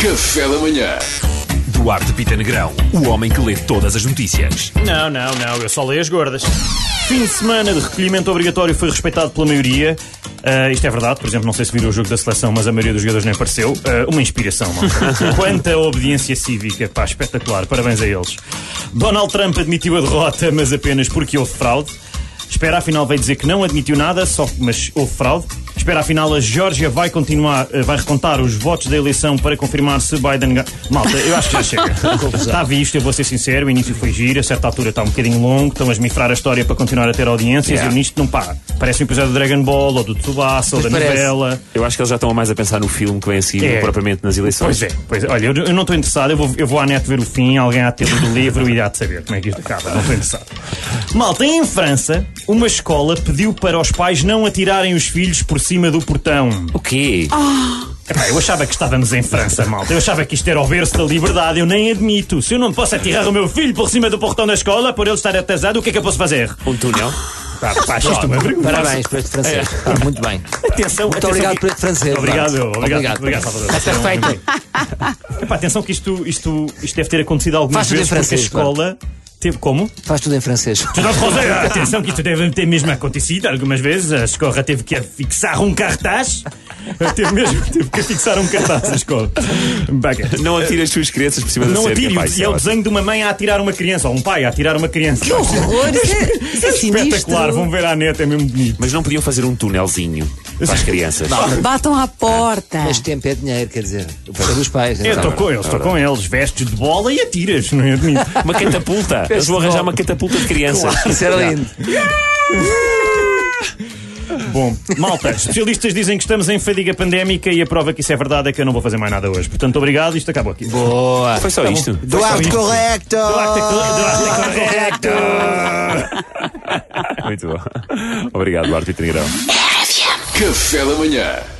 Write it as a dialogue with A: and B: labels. A: Café da Manhã.
B: Duarte Pita Negrão, o homem que lê todas as notícias.
C: Não, não, não, eu só leio as gordas. Fim de semana de recolhimento obrigatório foi respeitado pela maioria. Ah, isto é verdade, por exemplo, não sei se viram o jogo da seleção, mas a maioria dos jogadores nem apareceu. Ah, uma inspiração, malta. Quanta obediência cívica, pá, espetacular, parabéns a eles. Donald Trump admitiu a derrota, mas apenas porque houve fraude. Espera, afinal, veio dizer que não admitiu nada, só mas houve fraude. Espera, afinal, a Geórgia vai continuar, eh, vai recontar os votos da eleição para confirmar se Biden. ga- Malta, eu acho que já chega. está visto, eu vou ser sincero, o início foi giro, a certa altura está um bocadinho longo, estão a esmifrar a história para continuar a ter audiências
B: Yeah.
C: e o nisto não pá. Parece um episódio do Dragon Ball, ou do Tsubasa, ou da
D: parece.
C: novela.
B: Eu acho que eles já estão mais a pensar no filme que vem a seguir,
C: É.
B: do que propriamente nas eleições.
C: Pois é, pois é. Olha, eu, eu não estou interessado, eu vou, eu vou à net ver o fim, alguém há de ter lido o livro e há de saber como é que isto acaba, não estou interessado. Malta, em França, uma escola pediu para os pais não atirarem os filhos por cima do portão. Ah.
B: O quê?
C: Epá, eu achava que estávamos em França, malta. Eu achava que isto era o berço da liberdade, eu nem admito. Se eu não posso atirar o meu filho por cima do portão da escola, por ele estar atrasado, o que é que eu posso fazer?
B: Um túnel?
C: Pá, pá, acho isto é uma vergonha.
D: Parabéns por este francês. Pá, Muito bem.
C: Atenção,
D: Muito
C: atenção
D: obrigado
C: que-
D: por este francês.
C: É. Obrigado,
D: Duarte.
C: obrigado, obrigado, Salvador. um
D: Está feito.
C: Epá, atenção que isto, isto, isto deve ter acontecido algumas
D: Faz tudo em
C: vezes porque a
D: francês, claro.
C: escola teve como?
D: Faz tudo em francês.
C: Não, Rosa, Atenção, que isto deve ter mesmo acontecido algumas vezes. A escola teve que fixar um cartaz. Teve mesmo teve que fixar um cartaz a escola. Bacana.
B: Não atire as suas crianças por cima da
C: é. Não
B: cerca,
C: atire,
B: pá,
C: e
B: isso
C: é o
B: ótimo.
C: desenho de uma mãe a atirar uma criança, ou um pai a atirar uma criança. Que
E: horror! Isso é, isso é
C: Espetacular,
E: sinistro.
C: vão ver à neta, é mesmo bonito.
B: Mas não podiam fazer um túnelzinho para as crianças.
E: Batam à porta.
D: Mas tempo é dinheiro, quer dizer. O papel dos pais.
C: Eu estou com eles, estou com eles, vestes de bola e atiras, não é admito.
B: Uma catapulta. Eles vão arranjar uma catapulta de
C: um
B: crianças.
D: Isso era lindo.
C: Bom, malta, especialistas dizem que estamos em fadiga pandémica e a prova que isso é verdade é que eu não vou fazer mais nada hoje. Portanto, obrigado, isto acabou aqui.
D: Boa.
B: Foi só isto.
C: Tá
D: Duarte correcto.
C: Duarte, Duarte, Duarte.
B: Muito bom. Obrigado, Duarte Pita Negrão.
A: Café da Manhã.